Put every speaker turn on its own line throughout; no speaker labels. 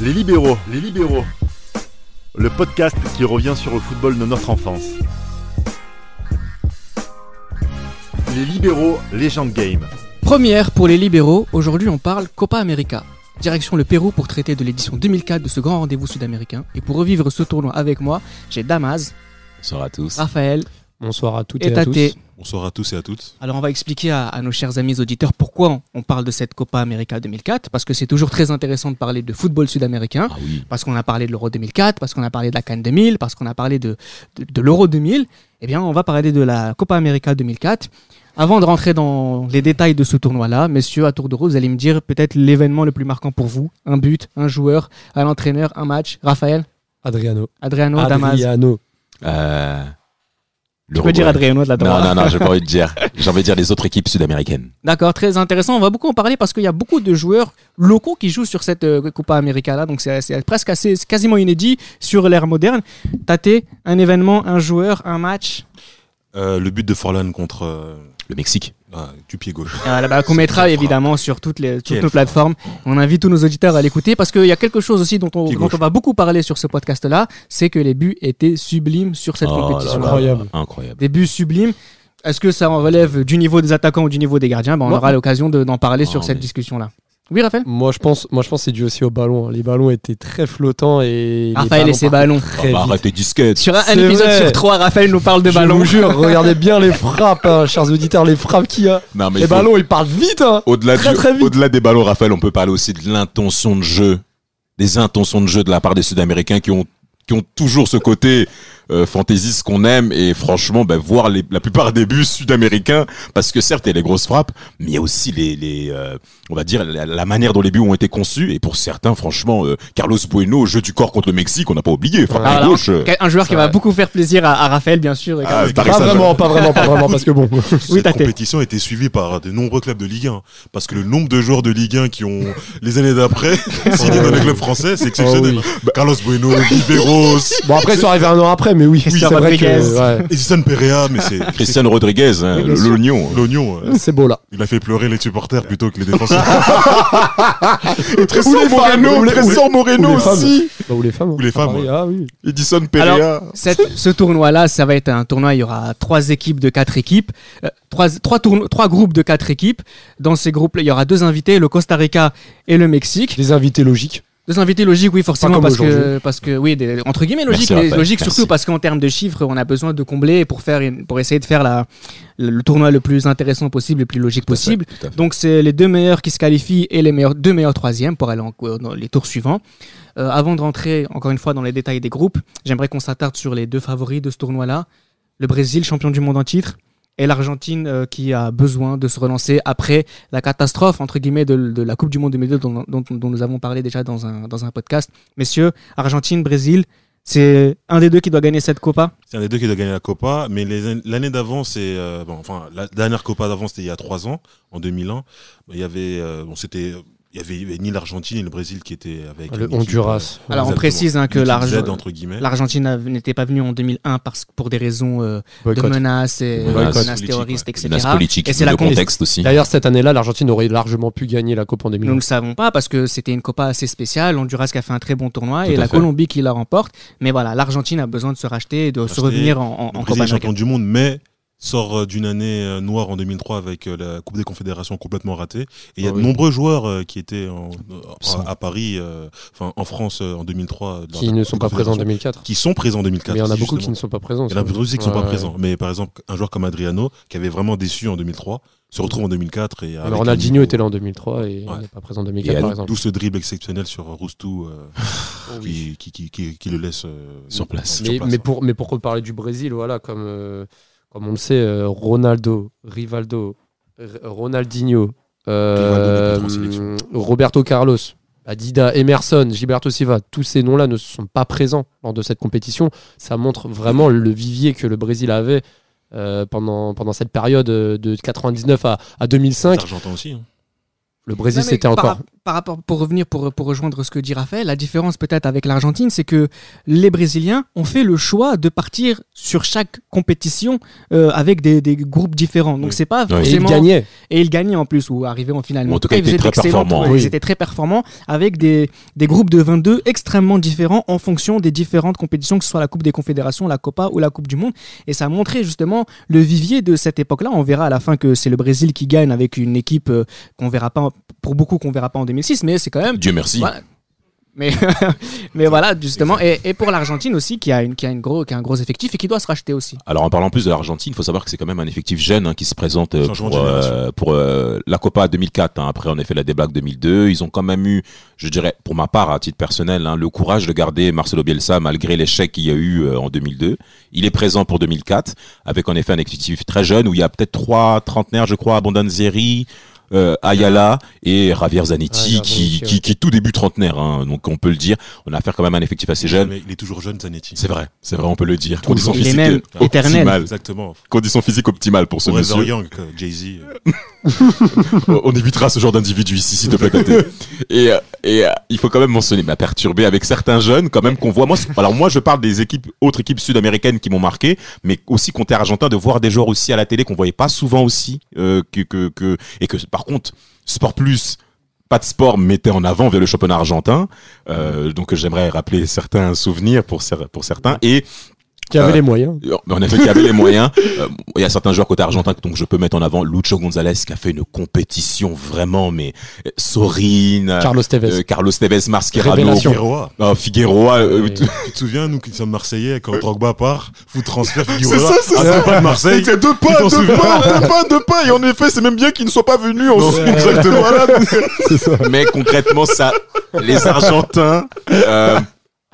Les libéraux, les libéraux. Le podcast qui revient sur le football de notre enfance. Les libéraux, légende game.
Première pour les libéraux, aujourd'hui on parle Copa América. Direction le Pérou pour traiter de l'édition 2004 de ce grand rendez-vous sud-américain. Et pour revivre ce tournoi avec moi, j'ai Damaz,
Bonsoir à tous.
Raphaël
Bonsoir à toutes et,
et
à tous.
Tate.
Ah. Bonsoir à tous et à toutes.
Alors on va expliquer à, à nos chers amis auditeurs pourquoi on, on parle de cette Copa América 2004, parce que c'est toujours très intéressant de parler de football sud-américain,
Ah oui.
parce qu'on a parlé de l'Euro 2004, parce qu'on a parlé de la Cannes 2000, parce qu'on a parlé de, de, de l'Euro 2000, eh bien, on va parler de la Copa América 2004. Avant de rentrer dans les détails de ce tournoi-là, messieurs, à tour de rôle, vous allez me dire peut-être l'événement le plus marquant pour vous. Un but, un joueur, un entraîneur, un match. Raphaël,
Adriano.
Adriano, Damas.
Adriano.
Euh,
Je peux dire Adriano de la
Non,
Damas.
non, non, j'ai pas envie de dire. J'ai envie de dire les autres équipes sud-américaines.
D'accord, très intéressant. On va beaucoup en parler parce qu'il y a beaucoup de joueurs locaux qui jouent sur cette euh, Copa América là, donc c'est c'est presque assez, c'est quasiment inédit sur l'ère moderne. Tâter un événement, un joueur, un match.
Euh, le but de Forlan contre euh,
Le Mexique.
ah, du pied gauche.
Euh, là-bas, qu'on mettra
Quelle
évidemment sur toutes, les, toutes
Quelle
nos plateformes. On invite tous nos auditeurs à l'écouter parce qu'il y a quelque chose aussi dont on,
Pied
dont
gauche.
on va beaucoup parler sur ce podcast là, c'est que les buts étaient sublimes sur cette
Oh là
compétition.
là,
Incroyable.
Incroyable.
Des buts sublimes. Est-ce que ça en relève du niveau des attaquants ou du niveau des gardiens Ben, On
Moi-
aura l'occasion de- d'en parler
Ah,
sur cette
mais-
discussion là. Oui, Raphaël
Moi je pense, moi je pense que c'est dû aussi au ballon. hein. Les ballons étaient très flottants et les
Raphaël et ses
partaient
ballons.
Très
Ah bah,
vite.
arrête les disquettes.
Sur un,
C'est
épisode
vrai.
sur trois, Raphaël nous parle de
Je
ballon.
vous jure, regardez bien les frappes, hein, chers auditeurs, les frappes qu'il y a.
Non, mais
les
il faut-
ballons, ils partent vite. Hein.
Au-delà
Très,
du-
très vite.
au-delà des ballons, Raphaël, on peut parler aussi de l'intention de jeu, des intentions de jeu de la part des Sud-Américains qui ont qui ont toujours ce côté euh, fantaisiste qu'on aime et franchement, ben, voir les- la plupart des buts sud-américains, parce que certes il y a les grosses frappes, mais il y a aussi les, les euh, on va dire la, la manière dont les buts ont été conçus et pour certains, franchement, euh, Carlos Bueno, jeu du corps contre le Mexique, on n'a pas oublié, frappe
Ah,
à
voilà.
gauche. euh,
Un joueur qui
Ça
va
va.
beaucoup faire plaisir à, à Raphaël, bien sûr. et
Ah,
Carlos.
Paris
Pas
Saint-Germain.
vraiment, pas vraiment, pas vraiment, parce que bon.
Oui, t'as
Cette
fait.
compétition a été suivie par de nombreux clubs de Ligue 1. Parce que le nombre de joueurs de Ligue 1 qui ont, les années d'après, signé dans les clubs français, c'est exceptionnel.
Oh
Carlos Bueno, Viveros,
Bon après, ils sont arrivés un an après, mais oui,
Christian
c'est vrai
Rodriguez.
que
Edison Perea, mais c'est
Cristiano Rodriguez, hein,
Oui, bien sûr.
l'oignon.
c'est l'oignon. hein.
ouais, c'est beau là.
Il a fait pleurer les supporters plutôt que les défenseurs.
Ou les
Tresor
femmes, ou
Moreno,
les-
Tresor
ou
Moreno
les femmes.
aussi.
Bah, ou les femmes. hein.
Ou les femmes,
Ah,
ouais.
Ah oui.
Edison Perea.
Cette- ce tournoi-là, ça va être un tournoi. Il y aura trois équipes de quatre équipes, euh, trois, trois, tourno- trois groupes de quatre équipes. Dans ces groupes, il y aura deux invités, le Costa Rica et le Mexique.
Des invités logiques.
Deux invités logiques, oui, forcément,
comme
parce que,
aujourd'hui.
parce que, oui, des- entre guillemets
Merci,
logiques, mais
Raphaël,
logiques
merci.
surtout parce qu'en termes de chiffres, on a besoin de combler pour faire, une- pour essayer de faire la, le, le tournoi le plus intéressant possible, le plus logique
Tout à fait,
possible.
tout à fait.
Donc c'est les deux meilleurs qui se qualifient et les meilleurs, deux meilleurs troisièmes pour aller en, euh, dans les tours suivants. Euh, avant de rentrer encore une fois dans les détails des groupes, j'aimerais qu'on s'attarde sur les deux favoris de ce tournoi-là. Le Brésil, champion du monde en titre, et l'Argentine euh, qui a besoin de se relancer après la catastrophe entre guillemets de, de la Coupe du Monde 2002 dont, dont- dont nous avons parlé déjà dans un, dans un podcast. Messieurs, Argentine, Brésil, c'est un des deux qui doit gagner cette Copa.
C'est un des deux qui doit gagner la Copa, mais les- l'année d'avant, c'est euh, bon, enfin la dernière Copa d'avant, c'était il y a trois ans, en 2001. Il y avait, euh, bon, c'était, il y avait, il y avait ni l'Argentine ni le Brésil qui étaient avec une
Le
équipe,
Honduras.
euh,
Alors on
exactement,
précise hein, que
une équipe
l'Arge-
Z, entre guillemets.
l'Argentine a- n'était pas venue en 2001 parce, pour des raisons euh, de
Boycott.
menaces, et
Menaces
menaces
politiques,
terroristes,
ouais.
etc.
Menace politique,
Et c'est la
le
con-
contexte aussi.
D'ailleurs, cette année-là, l'Argentine aurait largement pu gagner la Coupe en
Nous ne
2011.
le savons pas parce que c'était une Copa assez spéciale. Honduras qui a fait un très bon tournoi
Tout
et
à
la
fait.
Colombie qui la remporte. Mais voilà, l'Argentine a besoin de se racheter et de se
Racheter,
revenir en, en- en Copa
Le Brésil est
América.
champion du monde, mais sort euh, d'une année euh, noire en 2003 avec euh, la Coupe des Confédérations complètement ratée. Et il y a
Ah
de
oui.
nombreux joueurs euh, qui étaient en-
Absent.
à, à Paris, euh, enfin en France euh, en 2003, euh, lors de
qui
la
ne
Coupe
sont
des
pas présents en
Confédérations,
2004.
qui sont présents en 2004.
Mais il y en a
si,
beaucoup
justement.
qui ne sont pas présents.
Il y en a beaucoup aussi qui sont pas
Ouais,
présents. Mais par exemple, un joueur comme Adriano, qui avait vraiment déçu en 2003, se retrouve en 2004. Et
ouais.
avec
Alors, Ronaldinho
un-
était là en 2003 et
Ouais.
il n'est pas présent en
Et
2004
à
par
nous
exemple. Ah
D'où ce dribble exceptionnel sur Roustou euh, qui, qui, qui, qui- qui le laisse euh,
Sur place.
Mais, mais pour, mais pour reparler du Brésil, voilà, comme, euh, comme on le sait, euh, Ronaldo, Rivaldo, R- Ronaldinho, euh,
Rivaldo, notre sélection.
Roberto Carlos, Adida, Emerson, Gilberto Silva, tous ces noms-là ne sont pas présents lors de cette compétition. Ça montre vraiment le vivier que le Brésil avait euh, pendant, pendant cette période euh, de 99 à, à 2005.
Argentin aussi. hein.
Le Brésil,
Non, mais
c'était
par-
encore
par rapport, pour revenir, pour, pour rejoindre ce que dit Raphaël, la différence peut-être avec l'Argentine, c'est que les Brésiliens ont fait le choix de partir sur chaque compétition euh, avec des, des groupes différents. Donc
Oui.
c'est pas
Et il
forcément.
gagnait.
Et ils gagnaient en plus, ou arrivaient en finale.
Ou en
Mais
tout cas, ils
ils
étaient
étaient
très
excellents,
performants.
ouais,
Oui.
Ils étaient très performants avec des, des groupes de 22 extrêmement différents en fonction des différentes compétitions, que ce soit la Coupe des Confédérations, la Copa ou la Coupe du Monde. Et ça a montré justement le vivier de cette époque-là. On verra à la fin que c'est le Brésil qui gagne avec une équipe euh, qu'on verra pas, pour beaucoup qu'on verra pas en 2006, mais c'est quand même
Dieu merci.
Ouais. mais, mais voilà, justement. Et, et pour l'Argentine aussi, qui a, une, qui, a une gros, qui a un gros effectif et qui doit se racheter aussi.
Alors en parlant plus de l'Argentine, il faut savoir que c'est quand même un effectif jeune hein, qui se présente euh,
Changement
pour,
de
euh,
génération.
pour, euh, la Copa 2004. hein. Après en effet la débâcle 2002, ils ont quand même eu, je dirais pour ma part à titre personnel, hein, le courage de garder Marcelo Bielsa malgré l'échec qu'il y a eu euh, en 2002. Il est présent pour 2004 avec en effet un effectif très jeune où il y a peut-être trois trentenaires, je crois, Abondanzieri. euh, Ayala et Javier
Ah,
Zanetti
Ouais,
qui,
Zanetti,
qui,
ouais.
qui est tout début trentenaire hein. donc on peut le dire on a affaire quand même à un effectif assez jeune
Mais il est toujours jeune, Zanetti.
c'est vrai c'est vrai on peut le dire condition
Toujours. Il est
physique
même éternel.
optimale
Exactement.
conditions physiques optimales pour ce
Forever
monsieur.
Young, euh, Jay-Z. euh,
On on évitera ce genre d'individu ici, s'il te plaît, Pathé. Et, euh, et euh, il faut quand même mentionner, m'a perturbé avec certains jeunes, quand même, qu'on voit. Moi, c'est- alors moi, je parle des équipes, autres équipes sud-américaines qui m'ont marqué, mais aussi côté argentin, de voir des joueurs aussi à la télé qu'on voyait pas souvent aussi, euh, que, que, que, et que, par contre, Sport Plus, pas de sport mettait en avant vers le championnat argentin. Euh, donc, j'aimerais rappeler certains souvenirs pour, cer- pour certains. Et
Qui avait
Euh,
les moyens.
en effet, il y avait les moyens. Euh, Il y a certains joueurs côté argentin, donc je peux mettre en avant Lucho Gonzalez qui a fait une compétition vraiment, mais euh, Sorin, euh,
Carlos Tevez.
euh, Carlos Tevez, Mascherano,
Révélation.
Figueroa.
euh, Figueroa. euh,
Oui.
tout-
Tu te souviens, nous qui sommes Marseillais, quand Drogba part, foot transfert,
C'est
Figueroa.
ça, c'est
Ah,
ça.
c'est pas de Marseille.
C'était deux
Tu
pas,
t'en
deux
souviens
pas, deux pas, deux pas. Et en effet, c'est même bien qu'ils ne soient pas venus en Suisse. Exactement. Voilà. Mais concrètement, ça, les Argentins, euh,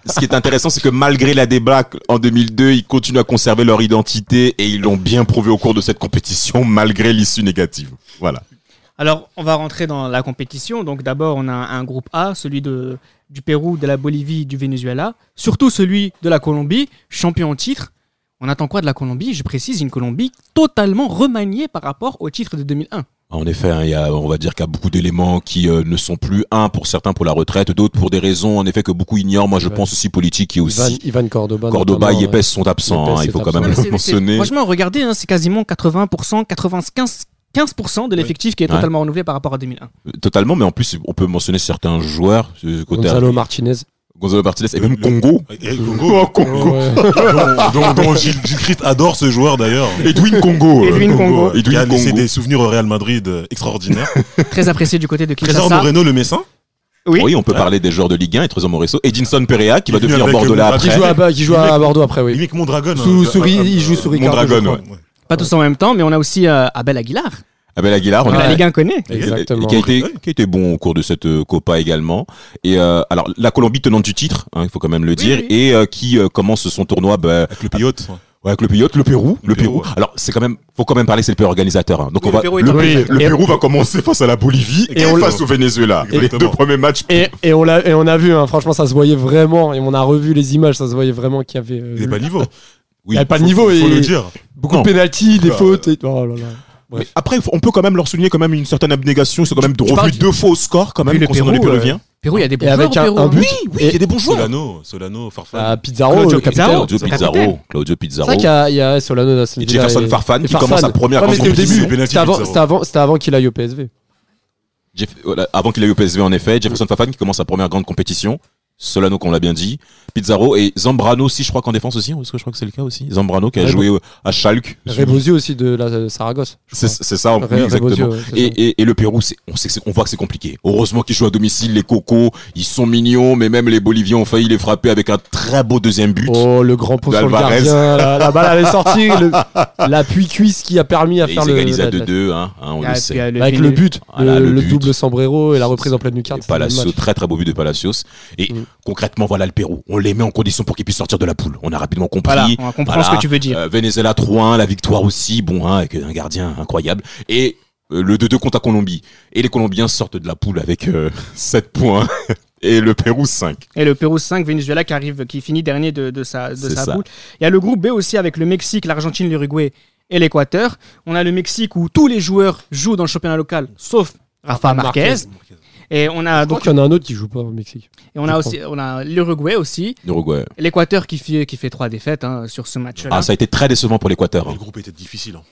ce qui est intéressant, c'est que malgré la débâcle en 2002, ils continuent à conserver leur identité et ils l'ont bien prouvé au cours de cette compétition, malgré l'issue négative. Voilà.
Alors, on va rentrer dans la compétition. Donc, d'abord, on a un groupe A, celui de, du Pérou, de la Bolivie, du Venezuela. Surtout celui de la Colombie, champion en titre. On attend quoi de la Colombie Je précise, une Colombie totalement remaniée par rapport au titre de 2001.
En effet, hein, il y a, on va dire qu'il y a beaucoup d'éléments qui euh, ne sont plus, un pour certains pour la retraite, d'autres pour des raisons, en effet, que beaucoup ignorent. Moi, je
Ouais.
pense aussi politique et aussi.
Ivan, Ivan Cordoba.
Cordoba et
notamment, euh,
Yepes sont absents,
Yepes
hein, il
est
faut quand
absent.
même
Ouais,
c'est-
le
c'est-
mentionner.
franchement, regardez, hein, c'est quasiment 80%, 95%, 15% de l'effectif qui est
Ouais.
totalement renouvelé par rapport à 2001.
Totalement, mais en plus, on peut mentionner certains joueurs. euh,
ouais.
Côté
Gonzalo Martinez.
Gonzalo Martinez et
Le-
même
le-
Congo.
Et- et Congo,
Oh, Congo.
Ouais.
dont, dont- dont Gilles, Gilles Christ adore ce joueur d'ailleurs.
Edwin Congo. euh,
Edwin Congo.
Il
Edwin
a laissé
Congo.
des souvenirs au Real Madrid euh, extraordinaires.
Très apprécié du côté de
Trésor
Kinshasa.
Moreno, le Messin.
Oui.
Oui, on
Ah.
peut parler des joueurs de Ligue 1, et Trésor Moresso, Edinson Perea, qui va
Il est venu
devenir
avec
Bordelais
le
Qui
après.
joue, à, qui joue à
Mec-
Bordeaux après, oui.
Mick Mondragon.
Sous-
hein,
sous-
euh,
il
euh,
joue sous
euh,
Ricardo,
Mondragon,
je crois.
ouais.
Pas tous en même temps, mais on a aussi euh, Abel Aguilar,
Abel Aguilar, on
que
a
la Ligue 1 connaît.
Ah, Exactement.
Qui a, été, qui a été bon au cours de cette euh, Copa également. Et euh, alors, la Colombie tenante du titre, hein, il faut quand même le dire,
oui.
et euh, qui euh, commence son tournoi bah,
Avec le hein. Piote.
ouais, avec le Piote, le Pérou. Le,
Le
Pérou.
Pérou,
Alors, c'est quand même, faut quand même parler, c'est le pays organisateur. hein. Donc,
Oui,
on va,
le Pérou est
le,
un
Oui.
le
Et-
Pérou va commencer face à la Bolivie et,
Et on-
face au Venezuela. Les
Exactement.
deux premiers matchs.
Et, et on l'a- et on a vu, hein, franchement, ça se voyait vraiment, et on a revu les images, ça se voyait vraiment qu'il y avait euh,
Il n'est pas niveau.
Oui.
Il y a pas de
Faut-
niveau
Faut
et-
le dire.
beaucoup
Non.
de pénalties, des
Bah,
Ah.
fautes. Et... Oh là là.
Mais après, on peut quand même leur souligner quand même une certaine abnégation. Ils sont quand même
parles
revenus
du-
deux fois au score quand même
Puis le
concernant
Pérou,
les Péruviens.
Pérou, il y a des bons
Et avec
joueurs au
un-
Pérou,
un
hein.
but,
Oui, il y a des bons joueurs.
Solano, Solano, Farfan.
Ah, Pizarro,
Claudio
le capitaine.
Pizarro.
Claudio
C'est le capitaine.
Pizarro, Claudio
C'est vrai
Pizarro
qu'il y a- il y, a Solano Nelson
et
Villa
Jefferson Farfan
et
qui commence sa première
Ouais, mais c'était au
compétition.
début.
Penalty
C'était avant,
0.
c'était avant, c'était avant qu'il aille au PSV.
Jeff- voilà, avant qu'il ait eu au PSV en effet, Jefferson Fafan qui commence sa première grande compétition, Solano qu'on l'a bien dit, Pizarro et Zambrano aussi je crois qu'en défense aussi, hein, parce que je crois que c'est le cas aussi, Zambrano qui a
Rebo-
joué au- à Schalke.
Rebozio aussi de la de Saragosse. je
C'est
crois.
c'est ça, en
Re-
plus, exactement.
Rebozio, ouais, c'est
Et,
ça.
et- et le Pérou, c'est- on, sait que c'est- on voit que c'est compliqué. Heureusement qu'ils jouent à domicile, les cocos, ils sont mignons, mais même les Boliviens ont failli les frapper avec un très beau deuxième but.
Oh, le grand pot sur le
D'Alvarez.
gardien, la, la balle avait sorti, le- l'appui-cuisse qui a permis à
et
faire
ils
le.
égalisent à
la- Ah,
2-2, hein, hein, on
Il y a- puis il
le
y
sait.
a
la- Avec
Venu-
le but,
Voilà,
le,
le
le
but.
double sombrero et la reprise en pleine lucarne.
Et Palacio, très très beau but de Palacios. Et
Mm.
concrètement, voilà le Pérou. On les met en condition pour qu'ils puissent sortir de la poule. On a rapidement compris.
Voilà, on comprend
Voilà.
ce que tu veux dire.
Euh, Venezuela 3-1, la victoire aussi, bon, hein, avec un gardien incroyable. Et euh, le 2-2 contre la Colombie. Et les Colombiens sortent de la poule avec euh, 7 points et le Pérou 5.
Et le Pérou 5, Venezuela qui arrive, qui finit dernier de, de sa, de
C'est
sa
ça.
poule. Il y a le groupe B aussi avec le Mexique, l'Argentine, l'Uruguay et l'Équateur. On a le Mexique où tous les joueurs jouent dans le championnat local, sauf Rafa Marquez. Et on a
Je crois
Ah, donc
qu'il y en a un autre qui joue pas au Mexique.
et on a aussi on a l'Uruguay aussi,
L'Uruguay.
l'Équateur qui fait qui fait trois défaites hein, sur ce match-là.
Ah, ça a été très décevant pour l'Équateur.
Mais
hein.
Le groupe était difficile. hein.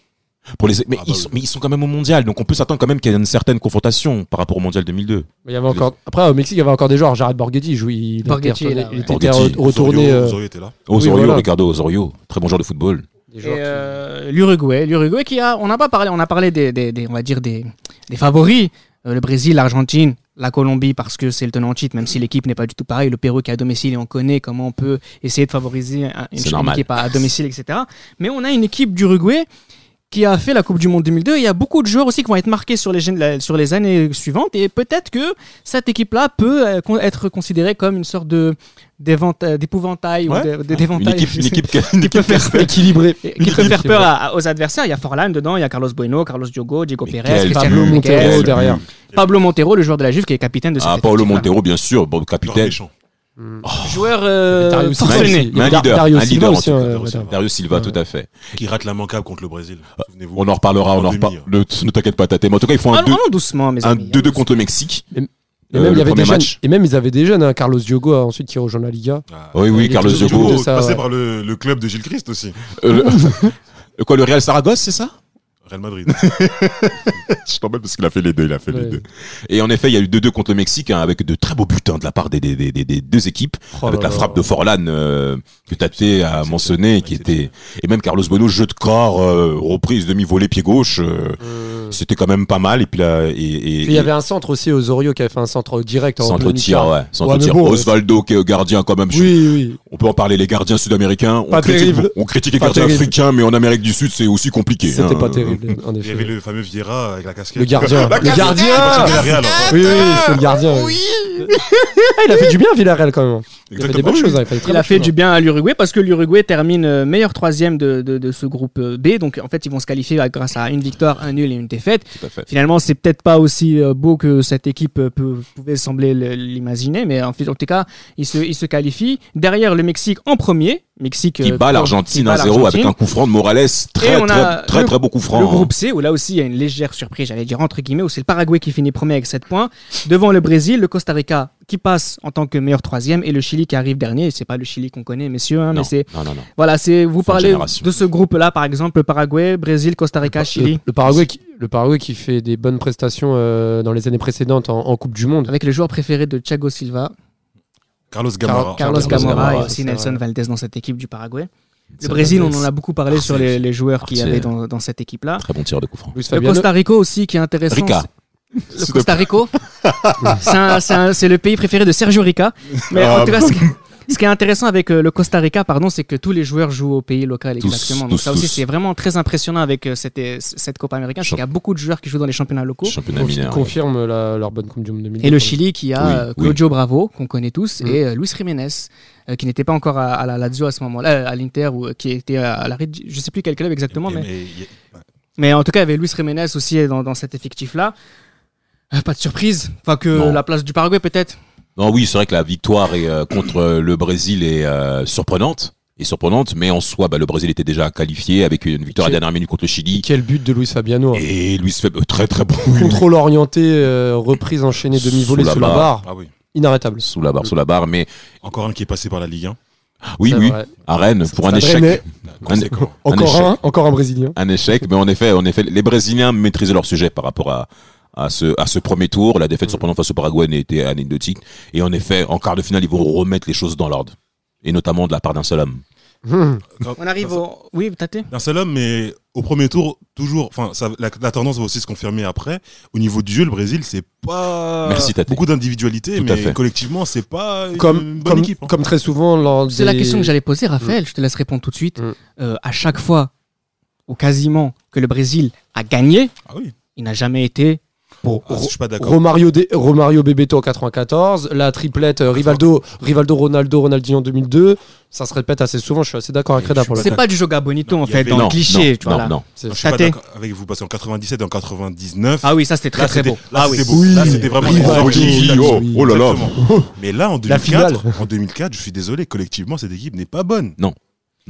Pour les... mais,
Ah bah
ils
oui.
sont, mais ils sont quand même au mondial, donc on peut s'attendre quand même qu'il y ait une certaine confrontation par rapport au mondial 2002.
Mais il y avait encore... Après, au Mexique, il y avait encore des joueurs. Jared Borghetti, il, joue, il était
Borghetti est là,
retourné- il
ouais.
était
Borghetti,
re- retourné.
Osorio,
euh,
Osorio était là.
Osorio,
voilà.
Ricardo Osorio, très bon joueur de football.
des
Et
joueurs qui-
euh, l'Uruguay, l'Uruguay qui a, on n'a pas parlé, on a parlé des, des- des- on va dire des, des favoris, Euh, le Brésil, l'Argentine, la Colombie parce que c'est le tenant en titre, même si l'équipe n'est pas du tout pareille, le Pérou qui est à domicile et on connaît comment on peut essayer de favoriser un- une
C'est
équipe
normal.
qui n'est pas à domicile, etc. Mais on a une équipe d'Uruguay qui a fait la Coupe du Monde 2002. Il y a beaucoup de joueurs aussi qui vont être marqués sur les, gén- la- sur les années suivantes et peut-être que cette équipe-là peut euh, con- être considérée comme une sorte de d'évent- euh, d'épouvantail ou
Ouais.
de- de- d'éventail.
Une équipe,
je
une
sais
équipe, qui- une
qui peut
équipe
faire
Équilibré.
et- qui peut faire peur à- à- aux adversaires. Il y a Forlan dedans, il y a Carlos Bueno, Carlos Diogo, Diego
Mais
Pérez,
quel
Pablo
but, quel
Montero
but.
derrière.
Pablo Montero, le joueur de la Juve qui est capitaine de cette
Ah, Paolo
équipe-là.
Montero, bien sûr, bon,
Genre
capitaine.
méchant.
Mm.
Joueur euh,
Dario Silva
forcené.
aussi. Il y
Mais un
avait Dar-
leader,
Dario
un
Silva
leader,
aussi.
en
tout
euh,
cas, Dario Silva.
ouais.
Dario Silva, tout à fait.
Qui rate l'immanquable contre le Brésil. Souvenez-vous.
Euh, On en reparlera, on en
En demi, hein.
reparlera. Ne, ne t'inquiète pas, Tate. Mais en tout cas, ils font un
Ah
Allons
2-2
allons doucement, mes amis.
hein.
contre le Mexique. Euh,
Et même,
le
il y avait des
premier
jeunes.
match.
Et même, ils avaient des jeunes. hein. Carlos Diogo a ensuite qui rejoint la Liga.
Ah.
Oui, oui,
Il est
Carlos
toujours
Diogo.
toujours de ça,
passé
ouais.
par le, le club de Gilles Christ aussi.
Euh, le- Quoi, le Real Saragosse, c'est ça
Real Madrid.
Je t'embête parce qu'il a fait les deux, il a fait
Ouais.
les deux. Et en effet, il y a eu 2-2 contre le Mexique hein, avec de très beaux buts hein, de la part des, des- des- des- des deux équipes,
Oh
avec
là
la
Ah, là.
frappe de Forlan euh, que Tate a
C'était-
mentionné, qui
c'était-
était et même Carlos Bueno, jeu de corps, euh, reprise demi-volée pied gauche, euh,
Mm.
c'était quand même pas mal. Et puis là, et, et-
Puis il y avait un centre aussi, Osorio qui a fait un centre direct en
centre
plein
tir,
mi-temps.
ouais, centre
mais
tir.
bon,
Osvaldo qui est gardien quand même.
Oui, oui.
On peut en parler les gardiens sud-américains. On
Pas
critique,
terrible.
on critique les
Pas
gardiens
terrible.
africains, mais en Amérique du Sud, c'est aussi compliqué. hein.
C'était pas terrible, en
Il y avait
effet.
le fameux Vieira avec la casquette.
Le gardien. Le
C'était
gardien
la Real,
Ah,
enfin.
Oui, oui, c'est le gardien. Oui. Ah, il a fait du bien, Villarreal, quand même. Il a fait des
Exactement.
bonnes choses. hein. Il, fait des très
Il a
bonnes
fait
choses,
du bien à l'Uruguay parce que l'Uruguay termine euh, meilleur troisième de, de- de ce groupe euh, B. Donc en fait, ils vont se qualifier à- grâce à une victoire, un nul et une défaite.
Tout à fait.
Finalement, c'est peut-être pas aussi euh, beau que cette équipe euh, peut- pouvait sembler le- l'imaginer, mais en, fait, en tout cas, ils se, ils se qualifient. Derrière le Mexique en premier, Mexique
qui
euh,
bat
qui
l'Argentine
bat
1-0 avec
l'Argentine.
un coup franc de Morales.
Et
Très,
on
très,
a
très, très,
le-
bon coup franc.
Le
hein.
groupe C, où là aussi il y a une légère surprise, j'allais dire entre guillemets, où c'est le Paraguay qui finit premier avec 7 points, devant le Brésil, le Costa Rica qui passe en tant que meilleur troisième, et le Chili qui arrive dernier. C'est pas le Chili qu'on connaît, messieurs, hein,
Non,
mais c'est.
non, non, non.
Voilà, c'est. Vous
Fin de
parlez
génération. Euh,
de ce groupe-là, par exemple, le Paraguay, Brésil, Costa Rica,
hein.
Chili,
Le, le Paraguay qui, le Paraguay qui fait des bonnes prestations euh, dans les années précédentes en, en Coupe du Monde.
avec le joueur préféré de Thiago Silva,
Carlos Gamara.
Carlos
Carlos
Gamora
Gamora,
et
c'est
aussi
ça,
Nelson
ouais.
Valdez dans cette équipe du Paraguay. Le
C'est
Brésil, on
Valdez. Ah,
en a beaucoup parlé sur les, les joueurs qu'il y
Arce.
avait dans, dans cette équipe-là.
Très bon tir de coup franc.
Luis
Le
Fabiano.
Costa Rica aussi, qui est intéressant.
Rica.
Le Costa Rica, c'est un- c'est un- c'est le pays préféré de Sergio Rica. Mais
Ah,
en tout cas, ce qui, ce qui est intéressant avec euh, le Costa Rica, pardon, c'est que tous les joueurs jouent au pays local
Tous,
exactement. Donc
tous,
ça aussi,
tous.
c'est vraiment très impressionnant avec euh, cette, euh, cette Copa América. C'est
Champ-
qu'il y a beaucoup de joueurs qui jouent dans les championnats locaux.
Championnat
Conf-
mineur.
confirme la- leur bonne Coupe du Monde 2002.
Et le Chili qui a
Oui,
euh,
oui.
Claudio Bravo, qu'on connaît tous,
Mm.
et euh, Luis Jiménez, euh, qui n'était pas encore à, à la Lazio à ce moment-là, euh, à l'Inter, ou euh, qui était à la Reg- je sais plus quel club exactement, mais,
Et- et-
mais en tout cas, il y avait Luis Jiménez aussi dans, dans cet effectif-là. Euh, pas de surprise, enfin que
Non.
la place du Paraguay peut-être.
Non, oui, c'est vrai que la victoire est, euh, contre euh, le Brésil est euh, surprenante. Est surprenante, mais en soi, bah, le Brésil était déjà qualifié avec une victoire à la dernière minute contre le Chili.
Quel but de Luis Fabiano. hein.
Et Luis Feb, euh, très très bon.
Contrôle orienté, euh, reprise enchaînée, demi-volée
Sous la
sous la
barre.
barre.
Ah oui.
Inarrêtable.
Sous la barre, sous la barre, mais
Encore un qui est passé par la Ligue 1.
oui,
C'est
oui,
vrai.
à Rennes, pour un
Ça
échec.
drainait.
Conséquent.
Encore
échec.
un, encore un Brésilien.
un échec, mais en effet, en effet, les Brésiliens maîtrisaient leur sujet par rapport à à ce, à ce premier tour, la
Mm.
défaite surprenante face au Paraguay était anecdotique. Et en effet, en quart de finale, ils vont remettre les choses dans l'ordre. Et notamment de la part d'un seul homme.
Hum.
On arrive au. Oui, tâtez
D'un seul homme, mais au premier tour, toujours. Enfin, ça- la, la tendance va aussi se confirmer après. Au niveau du jeu, le Brésil, c'est pas.
Merci, Tate.
Beaucoup d'individualité,
Tout à
mais
fait.
collectivement, c'est pas une
Comme,
bonne
comme,
équipe. hein.
comme très souvent lors
C'est la
des-
question que j'allais poser, Raphaël. Je te laisse répondre tout de suite.
Mm.
Euh, à chaque fois, ou quasiment, que le Brésil a gagné,
Ah oui.
il n'a jamais été
Ro-
Ah, je suis pas d'accord.
Romario, De- Romario Bebeto en 94, la triplette euh, Rivaldo, Rivaldo Ronaldo, Ronaldinho en 2002, ça se répète assez souvent, je suis assez d'accord avec
Et
Reda
je
pour le
C'est
coup.
pas du Joga Bonito
Non,
en
il y
fait,
avait-
dans
non,
le cliché.
non,
tu vois,
non,
là.
non.
C'est-
Je suis pas
Tate.
d'accord avec vous parce qu'en 97 et en 99.
Ah oui, ça c'était très
là,
très
c'était-
beau.
Là,
ah
c'était
oui.
beau. Là,
Oui.
c'était vraiment
Rivaldo,
Romario,
Ronaldo,
Ronaldo.
oui.
oh là là.
Exactement. Mais là, en
La
2004,
finale.
en 2004, je suis désolé, collectivement, cette équipe n'est pas bonne.
Non,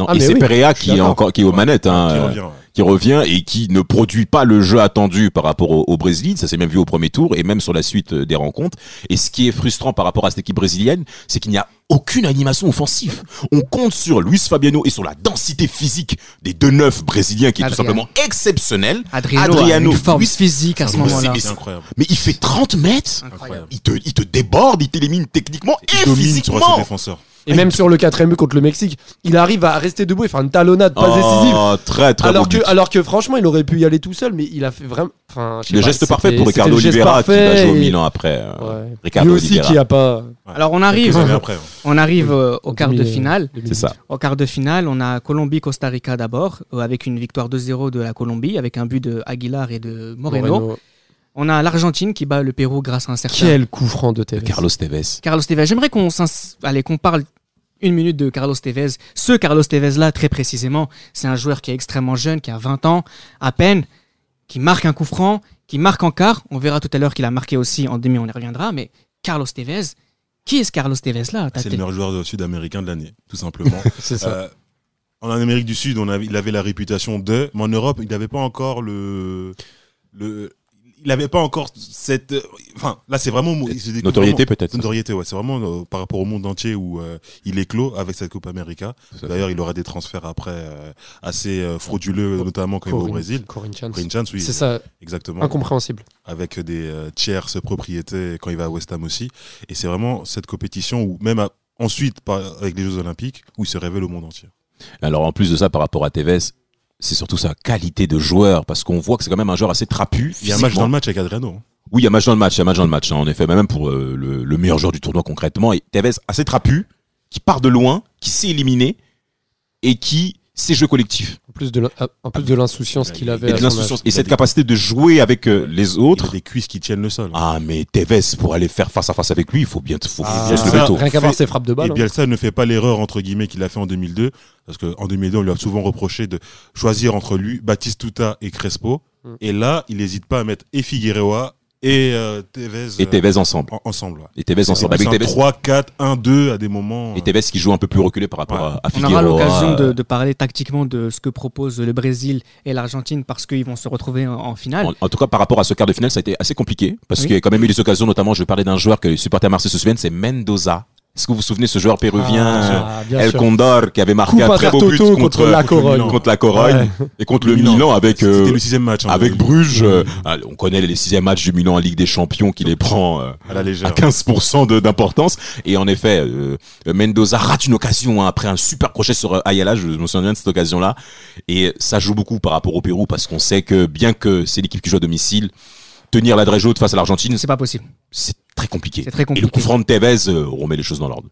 Ah,
et
mais
c'est
oui,
Perea
je suis
qui est
d'accord.
encore qui est aux manettes, hein,
Qui
euh,
revient, ouais.
qui revient et qui ne produit pas le jeu attendu par rapport au, au Brésil. Ça s'est même vu au premier tour et même sur la suite euh, des rencontres. Et ce qui est frustrant par rapport à cette équipe brésilienne, c'est qu'il n'y a aucune animation offensive. On compte sur Luis Fabiano et sur la densité physique des deux neufs brésiliens qui est tout
Adriano.
simplement exceptionnelle.
Adriano,
Adriano,
a une forme
oui.
physique à ce
C'est
moment-là.
possible.
C'est incroyable.
Mais il fait 30 mètres.
Incroyable.
Il te, il te déborde, il t'élimine techniquement
Il
et
domine sur ses
physiquement.
défenseurs.
Et même sur le quatrième but contre le Mexique, il arrive à rester debout et faire une talonnade, pas décisive.
Oh, très très
Alors
bon
que,
but.
alors que franchement, il aurait pu y aller tout seul, mais il a fait vraiment. Enfin, je sais
Le
pas,
geste
c'était-
parfait pour
c'était
Ricardo
le geste
Oliveira qui va jouer au
parfait et-
Milan après. euh,
Ouais.
Ricardo
Lui aussi
Oliveira.
qui a pas.
Alors on arrive,
Quelques années après. hein.
on arrive euh, au quart de
2000,
finale.
2000.
C'est ça.
Au quart de finale, on a Colombie-Costa Rica d'abord, euh, avec une victoire 2-0 de la Colombie, avec un but de Aguilar et de Moreno.
Moreno.
On a l'Argentine qui bat le Pérou grâce à un certain
Quel coup franc de
De
Tevez.
Carlos Tevez.
Carlos Tevez. J'aimerais qu'on s'ins- allez, qu'on parle une minute de Carlos Tevez. Ce Carlos Tevez-là, très précisément, c'est un joueur qui est extrêmement jeune, qui a 20 ans à peine, qui marque un coup franc, qui marque en quart. On verra tout à l'heure qu'il a marqué aussi en demi, on y reviendra. Mais Carlos Tevez, qui est ce Carlos Tevez-là T'as
C'est le
tel-
meilleur joueur sud-américain de l'année, tout simplement.
C'est ça.
Euh, en Amérique du Sud, on avait, il avait la réputation de, mais en Europe, il n'avait pas encore le, le, il n'avait pas encore cette, euh, enfin, là, c'est vraiment il se découvre
Notoriété peut-être.
vraiment- notoriété, ouais, c'est vraiment euh, par rapport au monde entier où euh, il éclot avec cette Coupe América.
Tout à
D'ailleurs, il aura des transferts après euh, assez euh, frauduleux, notamment quand il va au
Corin-
Brésil.
Corinthians.
Corinthians, oui,
C'est ça,
exactement
incompréhensible.
avec des euh, tierces propriétés quand il va à West Ham aussi. Et c'est vraiment cette compétition où, même à- ensuite, par- avec les Jeux Olympiques, où il se révèle au monde entier.
Alors en plus de ça, par rapport à Tevez, c'est surtout sa qualité de joueur, parce qu'on voit que c'est quand même un joueur assez trapu.
Il y a un match
physiquement.
dans le match avec Adriano. hein.
Oui, il y a match dans le match, il y a match dans le match, hein, en effet, mais même pour euh, le, le meilleur joueur du tournoi concrètement. Et Tevez, assez trapu, qui part de loin, qui s'est éliminé et qui sait jouer collectif.
En plus de l'in- en plus
Ah,
de l'insouciance qu'il avait.
Et,
à
de
son
l'insouciance,
âge.
et cette capacité de jouer avec euh, les
Autre. Il a
autres.
des cuisses qui tiennent le sol. hein.
Ah, mais Tevez, pour aller faire face à face avec lui, il faut bien, faut
Ah,
bien se
ça.
lever tôt.
Rien qu'à voir
Fait-
ses frappes de
Et
balle. hein.
Bielsa ne fait pas l'erreur entre guillemets qu'il a fait en 2002, parce qu'en 2002 on lui a souvent reproché de choisir entre lui, Baptiste Tuta et Crespo.
Mm.
Et là, il n'hésite pas à mettre et Figueroa et euh, Tevez,
Et
euh,
Tevez ensemble.
en- ensemble. ouais.
Et Tevez
C'est
ensemble. Avec
un
Tevez,
3, 4, 1, 2 à des moments. euh,
et Tevez qui joue un peu plus reculé par rapport
Ouais.
à, à
On aura
Figueroa,
l'occasion de,
euh,
de parler tactiquement de ce que proposent le Brésil et l'Argentine parce qu'ils vont se retrouver en, en finale.
En, en tout cas, par rapport à ce quart de finale, ça a été assez compliqué parce
Oui.
qu'il y a quand même eu des occasions, notamment, je vais parler d'un joueur que les supporters marseillais se souviennent, c'est Mendoza. Est-ce que vous vous souvenez de ce joueur péruvien
hein. Ah,
euh,
bien
El
sûr.
Condor qui avait marqué
Coup
un très beau
Toto
but
contre,
contre,
la
contre le
Corogne.
Milan.
contre la Corogne
Ouais.
et contre le
Milan.
Milan avec
C'était
euh,
le sixième match. hein,
avec
de-
Bruges.
Mmh.
euh, ah, on connaît les sixièmes matchs du Milan en Ligue des Champions qui les prend euh,
à la légère.
à 15% de- d'importance. Et en effet, euh, Mendoza rate une occasion hein, après un super crochet sur euh, Ayala. Je me souviens de cette occasion-là. Et ça joue beaucoup par rapport au Pérou parce qu'on sait que bien que c'est l'équipe qui joue à domicile, tenir la drèche haute face à l'Argentine,
C'est pas possible.
c'est très compliqué.
C'est très
Et le coup
compliqué.
franc de Tevez euh, remet les choses dans l'ordre.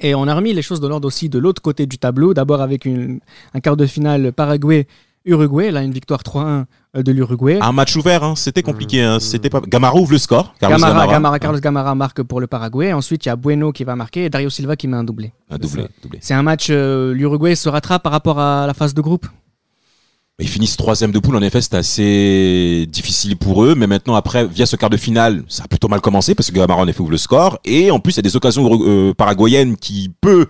Et on a remis les choses dans l'ordre aussi de l'autre côté du tableau. D'abord avec une- un quart de finale Paraguay-Uruguay. Là, une victoire 3-1 de l'Uruguay.
Un match ouvert, hein, c'était compliqué. hein, c'était pas... Gamara ouvre le score. Carlos
Mmh. Gamara,
Gamara, Ah.
Gamara, Carlos Gamara marque pour le Paraguay. Ensuite, il y a Bueno qui va marquer et Dario Silva qui met un doublé.
Un doublé, doublé.
C'est un match, euh, l'Uruguay se rattrape par rapport à la phase de groupe.
Ils finissent troisième de poule. En effet, c'est assez difficile pour eux. Mais maintenant, après, via ce quart de finale, ça a plutôt mal commencé parce que Gamara, en effet, ouvre le score. Et en plus, il y a des occasions euh, paraguayennes qui peut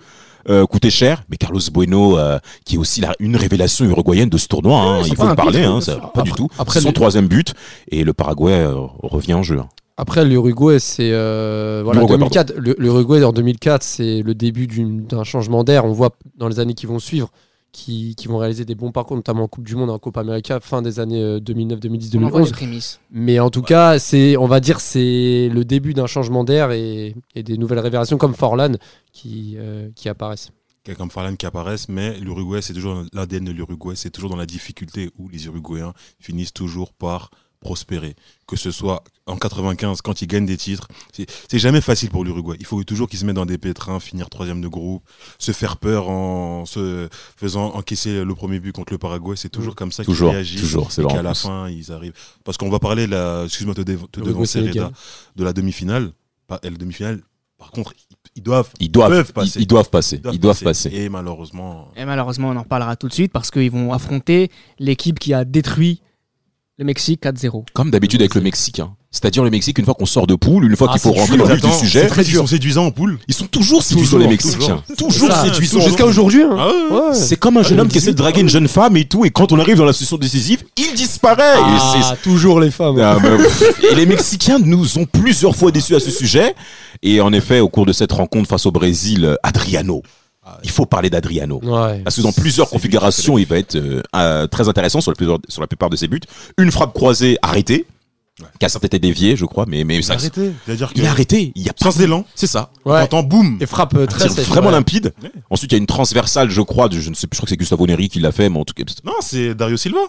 euh, coûter cher. Mais Carlos Bueno, euh, qui est aussi la- une révélation uruguayenne de ce tournoi, hein.
c'est
il
pas
faut
un
le parler,
pitre,
hein,
bien
ça,
sûr.
pas du tout.
après,
son
le-
troisième but. Et le Paraguay euh, revient en jeu. hein.
Après, l'Uruguay, c'est. euh, voilà,
L'Uruguay,
2004. le- L'Uruguay, en 2004, c'est le début d'une- d'un changement d'air. On voit dans les années qui vont suivre, qui, qui vont réaliser des bons parcours, notamment en Coupe du Monde, en Copa América, fin des années euh, 2009, 2010,
On en voit les
2011.
prémices.
Mais en tout cas, c'est, on va dire, c'est le début d'un changement d'air et, et des nouvelles révélations comme Forlan qui, euh, qui apparaissent.
quelqu'un comme Farlan qui apparaissent, mais l'Uruguay, c'est toujours dans l'ADN de l'Uruguay, c'est toujours dans la difficulté où les Uruguayens finissent toujours par prospérer. Que ce soit en 95, quand ils gagnent des titres, c'est c'est jamais facile pour l'Uruguay. Il faut toujours qu'ils se mettent dans des pétrins, finir troisième de groupe, se faire peur en se faisant encaisser le premier but contre le Paraguay. C'est toujours comme ça qu'ils
Mmh. Toujours,
réagissent.
toujours, c'est
et
vrai,
qu'à
en
la
plus.
fin, ils arrivent. Parce qu'on va parler, de la... excuse-moi de te, dév- te
Uruguay,
devancer,
Sénégal.
Reda, de la demi-finale. Pas- et La demi-finale, par contre, ils doivent
Ils doivent,
peuvent
ils-
passer.
Ils, doivent passer. Ils doivent, passer.
Et malheureusement,
Et malheureusement, on en parlera tout de suite parce qu'ils vont affronter l'équipe qui a détruit le Mexique 4-0.
Comme d'habitude avec le Mexique. hein. C'est-à-dire le Mexique, une fois qu'on sort de poule, une fois
Ah,
qu'il faut
c'est
rentrer
dur.
dans le vif du
Attends,
sujet,
c'est très Ils sont séduisants en poule.
ils sont toujours séduisants
Toujours,
les Mexicains.
toujours.
Toujours
Ça,
séduisants. Euh,
toujours.
Jusqu'à aujourd'hui. hein.
Ah ouais.
Ouais.
C'est comme un jeune homme qui essaie de draguer une jeune femme et tout, et quand on arrive dans la session décisive, il disparaît. Et c'est-
Ah, toujours les femmes.
Ah, bah, pff. et les Mexicains nous ont plusieurs fois déçus à ce sujet. Et en effet, au cours de cette rencontre face au Brésil, euh, Adriano. Il faut parler d'Adriano.
Ouais.
Parce que dans plusieurs configurations, il va être euh, euh, très intéressant sur la, plupart, sur la plupart de ses buts. Une frappe croisée arrêtée, qui a certes été déviée, je crois, mais, mais ça,
Arrêtez. C'est-à-dire que
il est arrêté. Il y a pas-
sans élan,
C'est ça.
on
Ouais.
entend boum.
Et frappe euh,
C'est
très sèche,
vraiment
ouais.
limpide.
Ouais.
Ensuite, il y a une transversale, je crois, de, je ne sais plus, je crois que c'est Gustavo Neri qui l'a fait, mais en tout cas, c'est-
Non, c'est Dario Silva.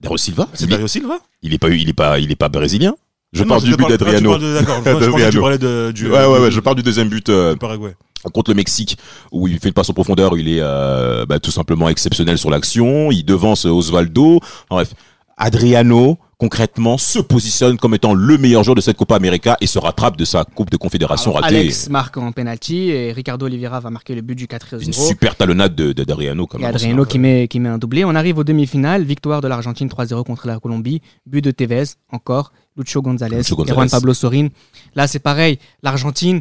Dario Silva.
C'est
il, est,
Dario Silva.
il est pas, il est pas, il est pas brésilien. Je
Non,
parle du
te
but
parle- ah, tu
d'Adriano.
parles de- D'accord, je pensais que tu
D'Adriano.
parlais de- du.
Ouais, ouais, ouais, je parle du deuxième but euh,
du Paraguay.
contre le Mexique où il fait une passe en profondeur, il est euh, bah, tout simplement exceptionnel sur l'action, il devance euh, Osvaldo. En bref, Adriano concrètement se positionne comme étant le meilleur joueur de cette Copa América et se rattrape de sa Coupe de Confédération
Alors,
ratée.
Alex marque en penalty et Ricardo Oliveira va marquer le but du 4
Une
0.
super talonnade de, de- d'Adriano quand
Et
même.
Adriano qui met, qui met un doublé. On arrive aux demi-finales. Victoire de l'Argentine 3-0 contre la Colombie. But de Tevez, encore. Lucho González
Lucho González.
et Juan Pablo Sorin. Là, c'est pareil. L'Argentine,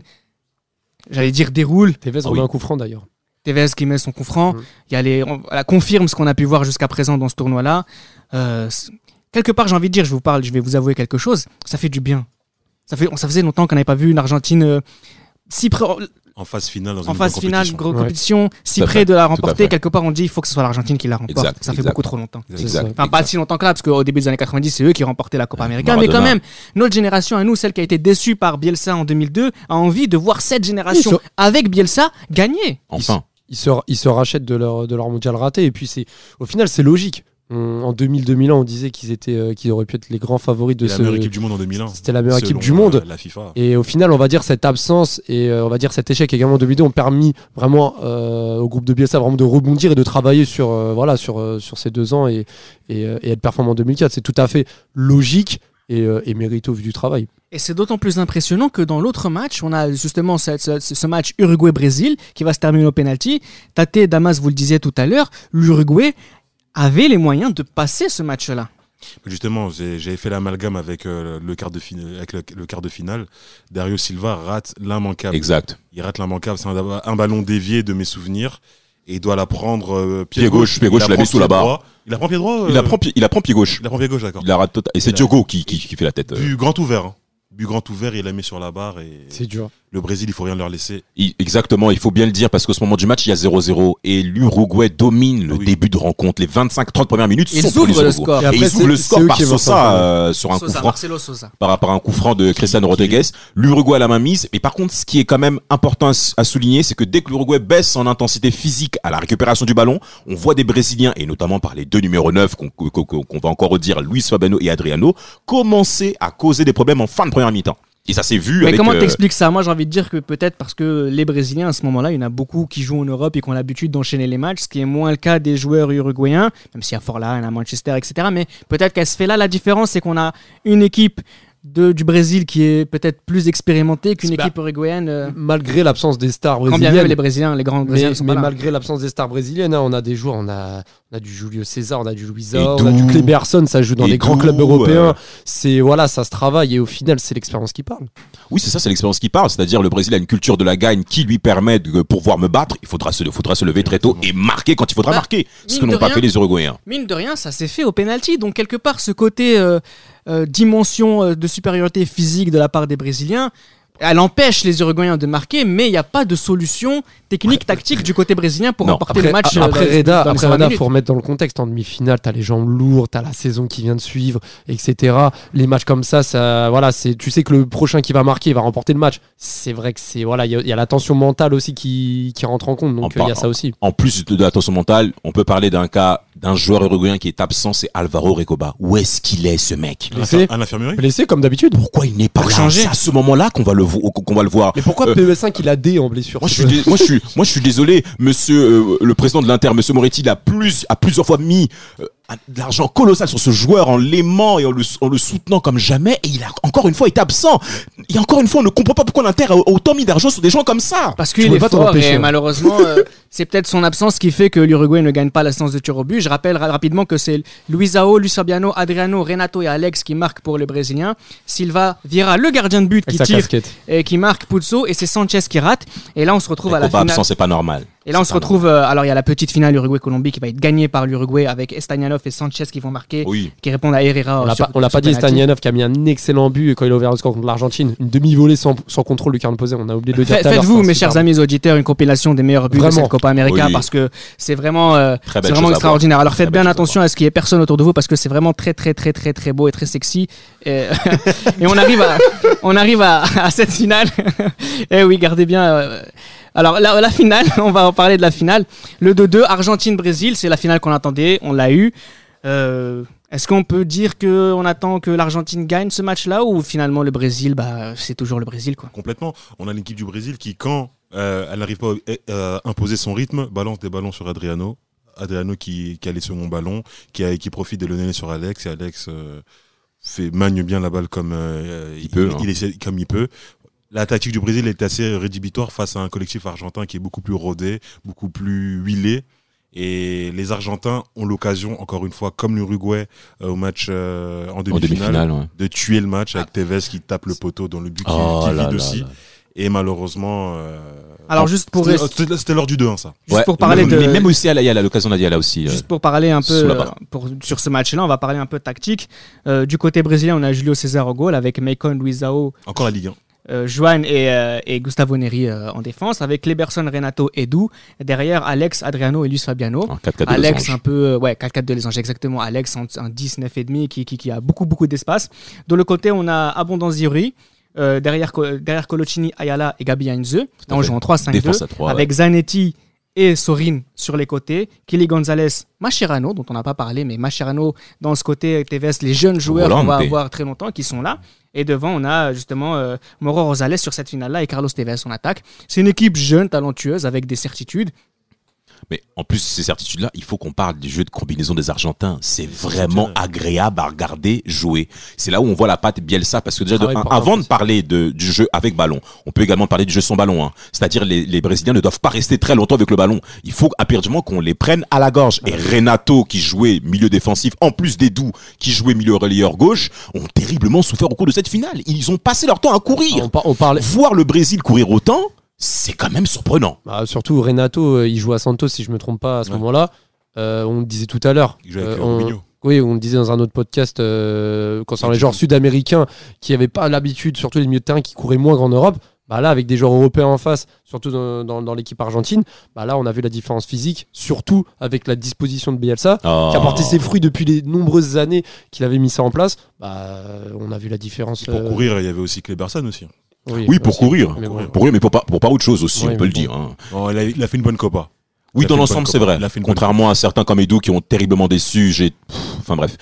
j'allais dire déroule.
Tevez
Ah
remet
oui.
un coup franc d'ailleurs.
Tevez qui met son coup franc.
Mm.
Il y a les, on- elle confirme ce qu'on a pu voir jusqu'à présent dans ce tournoi-là. Euh, c- quelque part, j'ai envie de dire, je vous parle, je vais vous avouer quelque chose. Ça fait du bien. Ça, fait, ça faisait longtemps qu'on n'avait pas vu une Argentine euh, si près,
En phase finale, dans
en
une
phase
grande
finale,
compétition.
grosse
Ouais.
compétition, si
Tout à
près
fait,
de la
tout à
remporter,
fait.
quelque part on dit il faut que ce soit l'Argentine qui la remporte.
Exact,
ça fait
exact.
beaucoup trop longtemps.
Exact.
hein. Exact.
C'est
Enfin, pas
exact.
si longtemps que là, parce qu'au début des années 90, c'est eux qui remportaient la Copa América. Mais
Maradona.
quand même, notre génération à nous, celle qui a été déçue par Bielsa en 2002, a envie de voir cette génération
Ils sont-
avec Bielsa gagner.
Enfin,
Ils se, ils se rachètent de leur, de leur mondial raté. Et puis, c'est au final, c'est logique. On- en 2000-2001, on disait qu'ils étaient, euh, qu'ils auraient pu être les grands favoris de
Et La meilleure
ce.
équipe du monde en 2001.
C'était la meilleure
selon,
équipe du
euh,
monde.
La FIFA.
Et au final, on va dire cette absence et euh, on va dire cet échec également de Bido ont permis vraiment euh, au groupe de Bielsa vraiment de rebondir et de travailler sur euh, voilà sur euh, sur ces deux ans et et, euh, et être performant en 2004. C'est tout à fait logique et, euh, et mérite au vu du travail.
Et c'est d'autant plus impressionnant que dans l'autre match, on a justement ce, ce- ce match Uruguay-Brésil qui va se terminer au penalty. Tate Damas, vous le disiez tout à l'heure, l'Uruguay avait les moyens de passer ce match-là.
Justement, j'ai- j'avais fait l'amalgame avec, euh, le quart de fin- avec le, le quart de finale. Dario Silva rate l'immanquable.
exact.
Il rate l'immanquable. C'est un, un ballon dévié de mes souvenirs. Et il doit la prendre euh, pied,
Pied gauche, pied gauche,
Il
il la met
prend
sous la
pied
barre.
droit. Il la prend pied droit
Il
euh,
la prend, pi- il la prend pied gauche.
il la prend pied gauche, d'accord.
Il la rate tota- Et
Il
c'est
a-
Diogo qui, qui, qui fait la tête. euh,
Du grand ouvert. hein. Du grand ouvert, il la met sur la barre. Et
C'est dur.
le Brésil, il faut rien leur laisser.
Il- Exactement, il faut bien le dire parce qu'au ce moment du match, il y a 0-0 et l'Uruguay domine le
Oui.
début de rencontre. Les 25-30 premières minutes
Ils
sont pour les
ouvrent le
Uruguayens.
score.
Et
Et
après,
ils ouvrent
c'est-
le
c'est
score
eux
par
qui vont
Sosa
s'imposer.
euh, sur un coup
Sosa,
franc
Marcelo Sosa.
par rapport à un coup franc de Cristiano Rodriguez. L'Uruguay à la main mise. Mais par contre, ce qui est quand même important à s- à souligner, c'est que dès que l'Uruguay baisse en intensité physique à la récupération du ballon, on voit des Brésiliens, et notamment par les deux numéros 9 qu'on qu'on- qu'on- qu'on va encore redire, Luis Fabiano et Adriano, commencer à causer des problèmes en fin de première mi-temps. Et ça s'est vu
Mais
avec...
comment
euh,
t'expliques ça Moi, j'ai envie de dire que peut-être parce que les Brésiliens, à ce moment-là, il y en a beaucoup qui jouent en Europe et qui ont l'habitude d'enchaîner les matchs, ce qui est moins le cas des joueurs uruguayens, même s'il y a Forlán, à Manchester, etc. Mais peut-être qu'à ce fait-là, la différence, c'est qu'on a une équipe de, du Brésil qui est peut-être plus expérimentée qu'une
C'est bah, pas-
équipe uruguayenne. euh,
Malgré l'absence des stars
quand bien même
brésiliennes.
les Brésiliens, les grands
Mais,
Brésiliens sont
mais
pas là.
malgré l'absence des stars brésiliennes, hein, on a des joueurs, on a, on a du Julio César, on a du Luisa,
Et
on a
d'où-
du Kleberson, ça joue dans
et
les grands
d'où,
clubs européens.
euh,
C'est voilà, ça se travaille et au final, c'est l'expérience qui parle.
Oui, c'est ça, c'est l'expérience qui parle. C'est-à-dire, le Brésil a une culture de la gagne qui lui permet de pouvoir me battre. Il faudra se, faudra se lever très tôt et marquer quand il faudra
Bah,
marquer. Ce que
mine de
n'ont pas
rien.
fait les Uruguayens.
Mine de rien, ça s'est fait au penalty. Donc quelque part, ce côté euh, euh, dimension euh, de supériorité physique de la part des Brésiliens, elle empêche les Uruguayens de marquer, mais il n'y a pas de solution technique tactique du côté brésilien pour
Non,
remporter
Après,
le match.
a-
euh,
après
dans les-
Reda,
dans les
après
120
Reda,
minutes.
faut remettre dans le contexte. En demi-finale, t'as les jambes lourdes, t'as la saison qui vient de suivre, etc. Les matchs comme ça, ça, voilà, c'est, tu sais que le prochain qui va marquer, il va remporter le match. C'est vrai que c'est, voilà, il y, a- il y a la tension mentale aussi qui, qui rentre en compte. Donc euh,
En
il y a
par-
ça aussi.
En plus de la tension mentale, on peut parler d'un cas d'un joueur uruguayen qui est absent, c'est Alvaro Recoba. Où est-ce qu'il est, ce mec
Un
Blessé.
infir- Un infirmerie
Blessé comme d'habitude.
ah, Pourquoi il n'est pas
Pour
là
changer.
C'est à ce moment-là qu'on va, le vo- qu'on va le voir.
Mais pourquoi
Euh,
PE5 il a D en blessure
Moi je, suis dé- moi, je suis, moi, je suis désolé, monsieur euh, le président de l'Inter, monsieur Moretti, il a, plus, a plusieurs fois mis euh, un- de l'argent colossal sur ce joueur en l'aimant et en le, en le soutenant comme jamais. Et il a encore une fois été absent. Et encore une fois, on ne comprend pas pourquoi l'Inter a autant mis d'argent sur des gens comme ça.
Parce
Tu
qu'il
peux
est
pas t'en
fort
empêcher,
et
hein.
malheureusement, euh, c'est peut-être son absence qui fait que l'Uruguay ne gagne pas la séance de tir au but. Je rappelle ra- rapidement que c'est Luisao, Luis Fabiano, Adriano, Renato et Alex qui marquent pour les Brésiliens. Silva, Vieira, le gardien de but
Avec
qui
sa
tire
casquette.
et qui marque Puzzo et c'est Sanchez qui rate. Et là, on se retrouve à
Copa
la finale.
absent, c'est pas normal.
Et là, on
C'est
se
pas
retrouve. euh, alors, il y a la petite finale Uruguay-Colombie qui va être gagnée par l'Uruguay avec Estagnanov et Sanchez qui vont marquer,
normal. Oui.
qui répondent à Herrera.
On
euh,
l'a
sur-
pas, on l'a
sur
pas dit,
penalty.
Stanianov qui a mis un excellent but quand il a ouvert le score contre l'Argentine. Une demi-volée sans, sans contrôle du carne posé. On a oublié de le dire.
Fait-
tout à l'heure,
Faites-vous,
c'est un
mes
super
chers
but.
amis auditeurs, une compilation des meilleurs buts de
Vraiment.
cette Copa América
Oui.
parce que c'est vraiment, euh,
Très
c'est
belle chose à
vraiment
voir.
extraordinaire. Alors faites
Très belle
bien
chose à
attention à ce qu'il y ait personne autour de vous parce que c'est vraiment très très très très très beau et très sexy. Et, et on arrive à, on arrive à, à cette finale. Eh oui, gardez bien. euh, alors la, la finale, on va en parler de la finale. Le 2-2 Argentine-Brésil, c'est la finale qu'on attendait, on l'a eu. Euh, Est-ce qu'on peut dire que on attend que l'Argentine gagne ce match-là ou finalement le Brésil, bah c'est toujours le Brésil quoi.
Complètement. On a l'équipe du Brésil qui, quand euh, elle n'arrive pas à euh, imposer son rythme, balance des ballons sur Adriano. Adriano qui, qui a les seconds ballons, qui, a- qui profite de le donner sur Alex. Et Alex euh, fait, magne bien la balle comme, euh, il,
peut, hein.
il essaie- comme il peut. La tactique du Brésil est assez rédhibitoire face à un collectif argentin qui est beaucoup plus rodé, beaucoup plus huilé. Et les Argentins ont l'occasion, encore une fois, comme l'Uruguay euh, au match euh, en
En
demi-finale,
demi-finale, ouais.
de tuer le match
Ah.
avec Tevez qui tape le poteau dans le but qui,
Oh
qui
là
vide
là
aussi.
là.
Et malheureusement. euh,
Ah,
Alors juste pour
c'était-
rester-
c'était- C'était l'heure du 2-1, ça.
Juste
Ouais.
pour parler
Mais-
de.
mais Même aussi à l'Ayala, l'occasion d'Ayala aussi. euh,
Juste pour parler un peu
sous la
euh,
barre.
pour, sur ce match-là, on va parler un peu tactique. Euh, du côté brésilien, on a Julio César au goal avec Meikon, Luizao,
Encore la Ligue 1.
euh, Juan et, euh, et Gustavo Neri euh, en défense, avec Leberson, Renato et Dou. Derrière, Alex, Adriano et Luis Fabiano.
en 4-4 Ah, de Los
Alex,
Angeles.
un peu. euh, ouais, 4-4 de Les Anges, exactement. Alex, en, en 19,5 qui, qui, qui a beaucoup, beaucoup d'espace. De l'autre côté, on a Abondance Yuri. euh, derrière, Co- derrière Colocini, Ayala et Gabi Heinze. Là,
à
on
fait.
joue en 3-5-2
Défense à 3.
avec Zanetti et Sorin sur les côtés, Kelly Gonzalez, Mascherano, dont on n'a pas parlé, mais Mascherano dans ce côté, TVS, les jeunes joueurs qu'on va
Volante.
avoir très longtemps qui sont là. Et devant, on a justement euh, Mauro Rosales sur cette finale-là et Carlos Tevez en attaque. C'est une équipe jeune, talentueuse, avec des certitudes.
Mais en plus, ces certitudes-là, il faut qu'on parle du jeu de combinaison des Argentins. C'est vraiment agréable à regarder jouer. C'est là où on voit la patte Bielsa, parce que déjà, de
Travail
un,
par
avant de
aussi.
parler de- du jeu avec ballon, on peut également parler du jeu sans ballon. hein. C'est-à-dire, les, les Brésiliens ne doivent pas rester très longtemps avec le ballon. Il faut à partir du moment qu'on les prenne à la gorge. Et Renato, qui jouait milieu défensif, en plus d'Edou, qui jouait milieu relayeur gauche, ont terriblement souffert au cours de cette finale. Ils ont passé leur temps à courir.
On, par- on parlait.
Voir le Brésil courir autant, c'est quand même surprenant.
bah, surtout Renato, euh, il joue à Santos, si je me trompe pas, à ce
Ouais.
moment-là. Euh, on le disait tout à l'heure.
Il joue
Euh,
avec euh,
on-
Robinho.
Oui, on le disait dans un autre podcast euh, concernant les joueurs sud-américains qui n'avaient pas l'habitude, surtout les milieux de terrain qui couraient moins qu'en Europe. Bah là, avec des joueurs européens en face, surtout dans, dans- dans l'équipe argentine, bah là, on a vu la différence physique, surtout avec la disposition de Bielsa,
Ah.
qui a
Oh.
porté ses fruits depuis les nombreuses années qu'il avait mis ça en place. Bah, on a vu la différence.
Pour
euh,
courir, il y avait aussi Cleberson aussi.
Oui, pour
aussi.
courir.
Mais bon.
Pour eux, mais pour pas, pour pas autre chose aussi,
Ouais,
on peut
mais
le dire.
bon.
hein.
Non, il, a, il a fait une bonne copa.
Oui,
Il
dans
a fait une
l'enfant,
bonne
c'est
copa.
vrai.
Il a fait une bonne
Contrairement à certains comme Edu qui ont terriblement déçu, j'ai. pff, Enfin bref.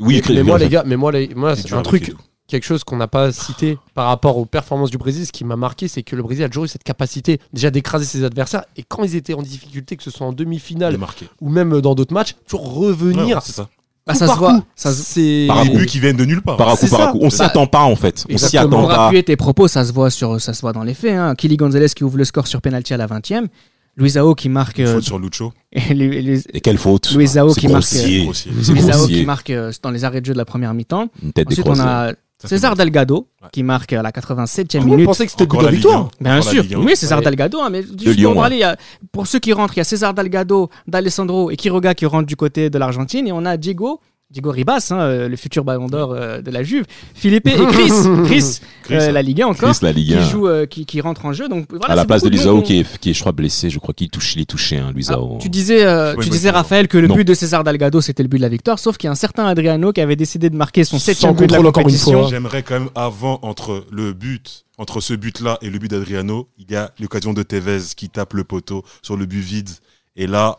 Oui,
mais,
Chris-
mais moi, les
Bielsa.
gars, mais moi, les- moi, c'est
duel
un
avec
truc,
Edu.
quelque chose qu'on n'a pas cité par rapport aux performances du Brésil. Ce qui m'a marqué, c'est que le Brésil a toujours eu cette capacité déjà d'écraser ses adversaires. Et quand ils étaient en difficulté, que ce soit en
Il a
demi-finale
marqué.
ou même dans d'autres matchs, toujours revenir.
Ouais, ouais, c'est ça.
Bah,
coup
ça, se
par
voit,
coup.
ça se-
c'est
Par
Des
rapport-
buts qui viennent de nulle part.
Par à coup,
c'est
par à
ça.
coup. On s'y attend pas en fait. On s'y attend
Exactement.
Pour
pas.
appuyer tes propos, ça se voit, sur, ça se voit dans les faits. Hein. Kelly Gonzalez qui ouvre le score sur penalty à la 20e. Luisao qui marque.
Une
euh,
faute sur Lucho.
et Lu- Lu-
Et quelle faute
Luisao
C'est
qui marque,
grossier.
Grossier.
C'est
Luisao
grossier.
qui marque euh, dans les arrêts de jeu de la première mi-temps.
Une tête
Ensuite, on
décroisée.
a
Ça fait
César
mal.
Delgado
Ouais.
qui marque à la 87e
Comment on
minute.
pensait que c'était le but
Encore
de la
la Ligue
victoire
1.
Bien
Encore la
sûr,
Ligue 1.
oui, César
Ouais.
Delgado. hein, mais juste pour,
Lyon, ouais.
parler, il y a- pour ceux qui rentrent, il y a César Delgado, d'Alessandro et Quiroga qui rentrent du côté de l'Argentine. Et on a Diego, Diego Ribas, hein, euh, le futur ballon d'or euh, de la Juve. Philippe et Chris, Chris,
Chris, hein.
euh, la Ligue 1 encore,
Chris, la Ligue
qui,
1.
joue, euh, qui, qui rentre en jeu. Donc, voilà,
À la
c'est
place de
beaucoup noms
Lisao
qu'on-
qui est, qui est, je crois, blessé. Je crois qu'il touche, il est touché, hein,
Ah,
Luisao.
tu disais, euh,
Oui,
tu
moi,
disais
je-
Raphaël que le
Non.
but de César Delgado c'était le but de la victoire, sauf qu'il y a un certain Adriano qui avait décidé de marquer son
Sans
septième but de la
contrôle encore une
compétition.
fois.
J'aimerais quand même, avant, entre le but, entre ce but-là et le but d'Adriano, il y a l'occasion de Tevez qui tape le poteau sur le but vide. Et là,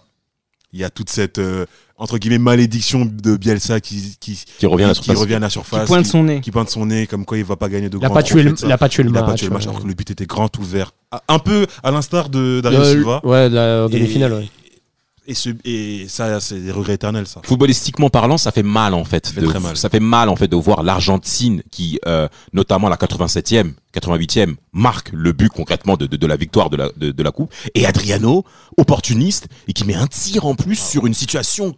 il y a toute cette, euh, entre guillemets, malédiction de Bielsa qui, qui,
qui revient à la
qui
surface.
revient à la
qui
surface.
pointe
qui-
son nez.
qui pointe son nez comme quoi il va pas gagner de
Il a
grands
pas tué
trophées,
le,
de ça.
il a pas tué le
Il a
match.
pas tué le match
euh,
alors que le but était grand ouvert. Ah, Un peu à l'instar de Dario
euh,
Silva.
Ouais, de la en
Et-
demi-finale. ouais.
Et, ce- et ça, c'est des regrets éternels, ça.
Footballistiquement parlant, ça fait mal en fait.
Ça fait
de-
très mal.
Ça fait mal en fait de voir l'Argentine qui, euh, notamment à la 87e, 88e, marque le but concrètement de, de, de la victoire de la, de, de la coupe. Et Adriano, opportuniste, et qui met un tir en plus sur une situation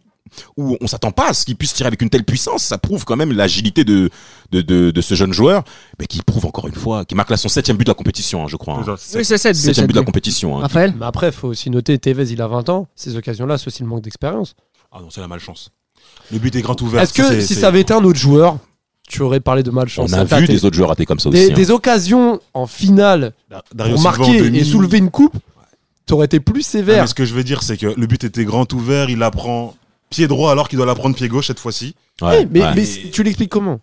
où on s'attend pas à ce qu'il puisse tirer avec une telle puissance. Ça prouve quand même l'agilité de, de, de, de ce jeune joueur, mais qui prouve encore une fois, qui marque là son septième but de la compétition, hein, je crois. Hein.
Genre,
Oui,
c'est-
c'est 7 buts.
Septième
sept
but de la
buts.
Ah,
compétition. Hein.
Raphaël
Mais après, faut aussi noter, Tevez, il a 20 ans. Ces occasions-là, c'est aussi le manque d'expérience.
Ah non, c'est la malchance. Le but est grand ouvert.
Est-ce que
c'est-
si
c'est-
ça avait été un autre joueur, tu aurais parlé de malchance
On a
T'as
vu
tes-
des autres joueurs ratés comme ça
Ah, des-
aussi. hein.
des occasions en finale
Dar- Dario
pour
Silva en
marquer
demi.
et soulever une coupe, t'aurais été plus
Non,
sévère.
mais ce que je veux dire, c'est que le but était grand ouvert, il la prend pied droit alors qu'il doit la prendre pied gauche cette fois-ci.
Ouais,
Eh, mais,
ouais.
mais c- tu l'expliques comment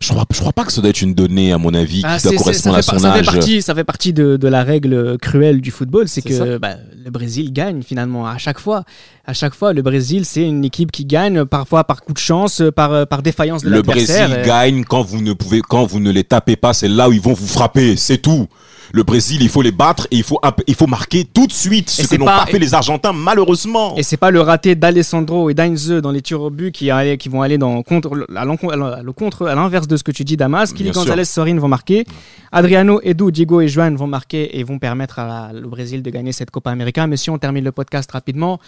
Je crois, je crois pas que ça doit être une donnée, à mon avis,
Ah,
qui doit
c'est- c'est-
correspondre
ça,
à
fait par-
son
ça fait
âge.
partie, ça fait partie de, de la règle cruelle du football, c'est
C'est
que
ça.
bah, le Brésil gagne finalement à chaque fois. À chaque fois, le Brésil, c'est une équipe qui gagne parfois par coup de chance, par, euh, par défaillance de
Le Brésil
l'adversaire. euh,
gagne quand vous ne pouvez, quand vous ne les tapez pas, c'est là où ils vont vous frapper, c'est tout. Le Brésil, il faut les battre et il faut, app- il faut marquer tout de suite ce
Et
que
c'est
n'ont
pas-
pas fait les Argentins, malheureusement.
Et c'est pas le raté d'Alessandro et d'Heinze dans les tirs au but qui, allaient- qui vont aller dans, contre, à l'encon- à l'en- au contre- à l'inverse de ce que tu dis, Damas. Kili
Bien sûr.
Gonzalez, Sorin vont marquer. Adriano, Edu, Diego et Joan vont marquer et vont permettre à la- au Brésil de gagner cette Copa América. Mais si on termine le podcast rapidement,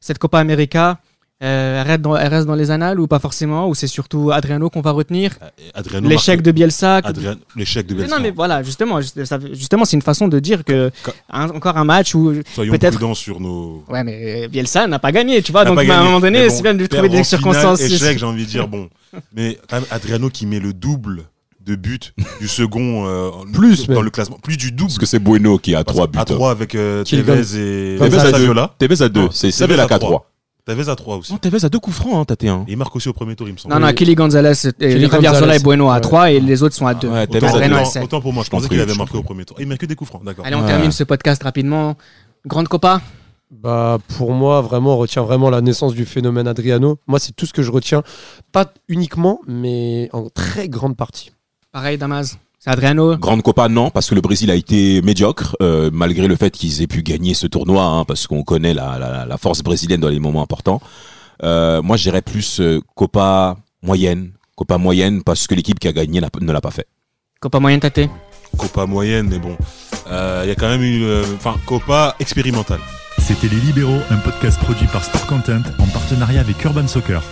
cette Copa América, euh, elle, reste dans, elle reste dans les annales ou pas forcément Ou c'est surtout Adriano qu'on va retenir
Et Adriano
L'échec
marque-
de Bielsa que-
Adrian- l'échec de
Mais
Belfort.
non mais voilà justement juste- ça- justement c'est une façon de dire que
Quand-
un- encore un match où
Soyons
peut-être-
prudents sur nos.
Ouais, mais euh, Bielsa n'a pas gagné, tu vois.
n'a
Donc, bah,
pas
à un
gagné.
moment donné,
Ah, Mais bon,
c'est bien de lui
perdre
trouver des
en finale,
circonstances.
Échec, j'ai envie de dire, bon. Mais quand même, Adriano qui met le double de but du second euh, en-
Plus,
dans
même.
le classement, plus du double.
Parce que c'est Bueno qui a trois buts. hein.
À 3 avec euh,
Qu'il
Tevez et
Comme
Tevez
ça,
à
deux.
Saviola.
Tevez à deux,
Ah,
c'est
Tevez
Savela
à
qui a
trois.
trois.
Tevez à 3 aussi.
Non, Tevez à deux coups francs, hein, t'as été un.
Et il marque aussi au premier tour, il me semble.
Non, non, Kelly Gonzalez, et Javier
Kelly
Zola et
Gonzalez.
Bueno à
Ouais.
3 et les autres sont à 2.
Ouais,
Autant,
Tevez à
Adriano,
autant-
deux.
elle sait.
autant pour moi, je
Je t'en
pensais
prie,
qu'il avait
je
marqué
t'en
au premier tour. Il met que des coups francs, d'accord.
Allez, on
Ouais.
termine ce podcast rapidement. Grande Copa
Bah, pour moi, vraiment, on retient vraiment la naissance du phénomène Adriano. Moi, c'est tout ce que je retiens. Pas uniquement, mais en très grande partie.
Pareil, Damas. C'est Adriano.
Grande Copa, non, parce que le Brésil a été médiocre, euh, malgré le fait qu'ils aient pu gagner ce tournoi, hein, parce qu'on connaît la, la- la force brésilienne dans les moments importants. Euh, moi, j'irais plus euh, Copa moyenne. Copa moyenne, parce que l'équipe qui a gagné n'a- ne l'a pas fait.
Copa moyenne tâtée.
Copa moyenne, mais bon. Euh, Il y a quand même eu. euh, Enfin, Copa expérimentale.
C'était Les Libéraux, un podcast produit par Sport Content en partenariat avec Urban Soccer.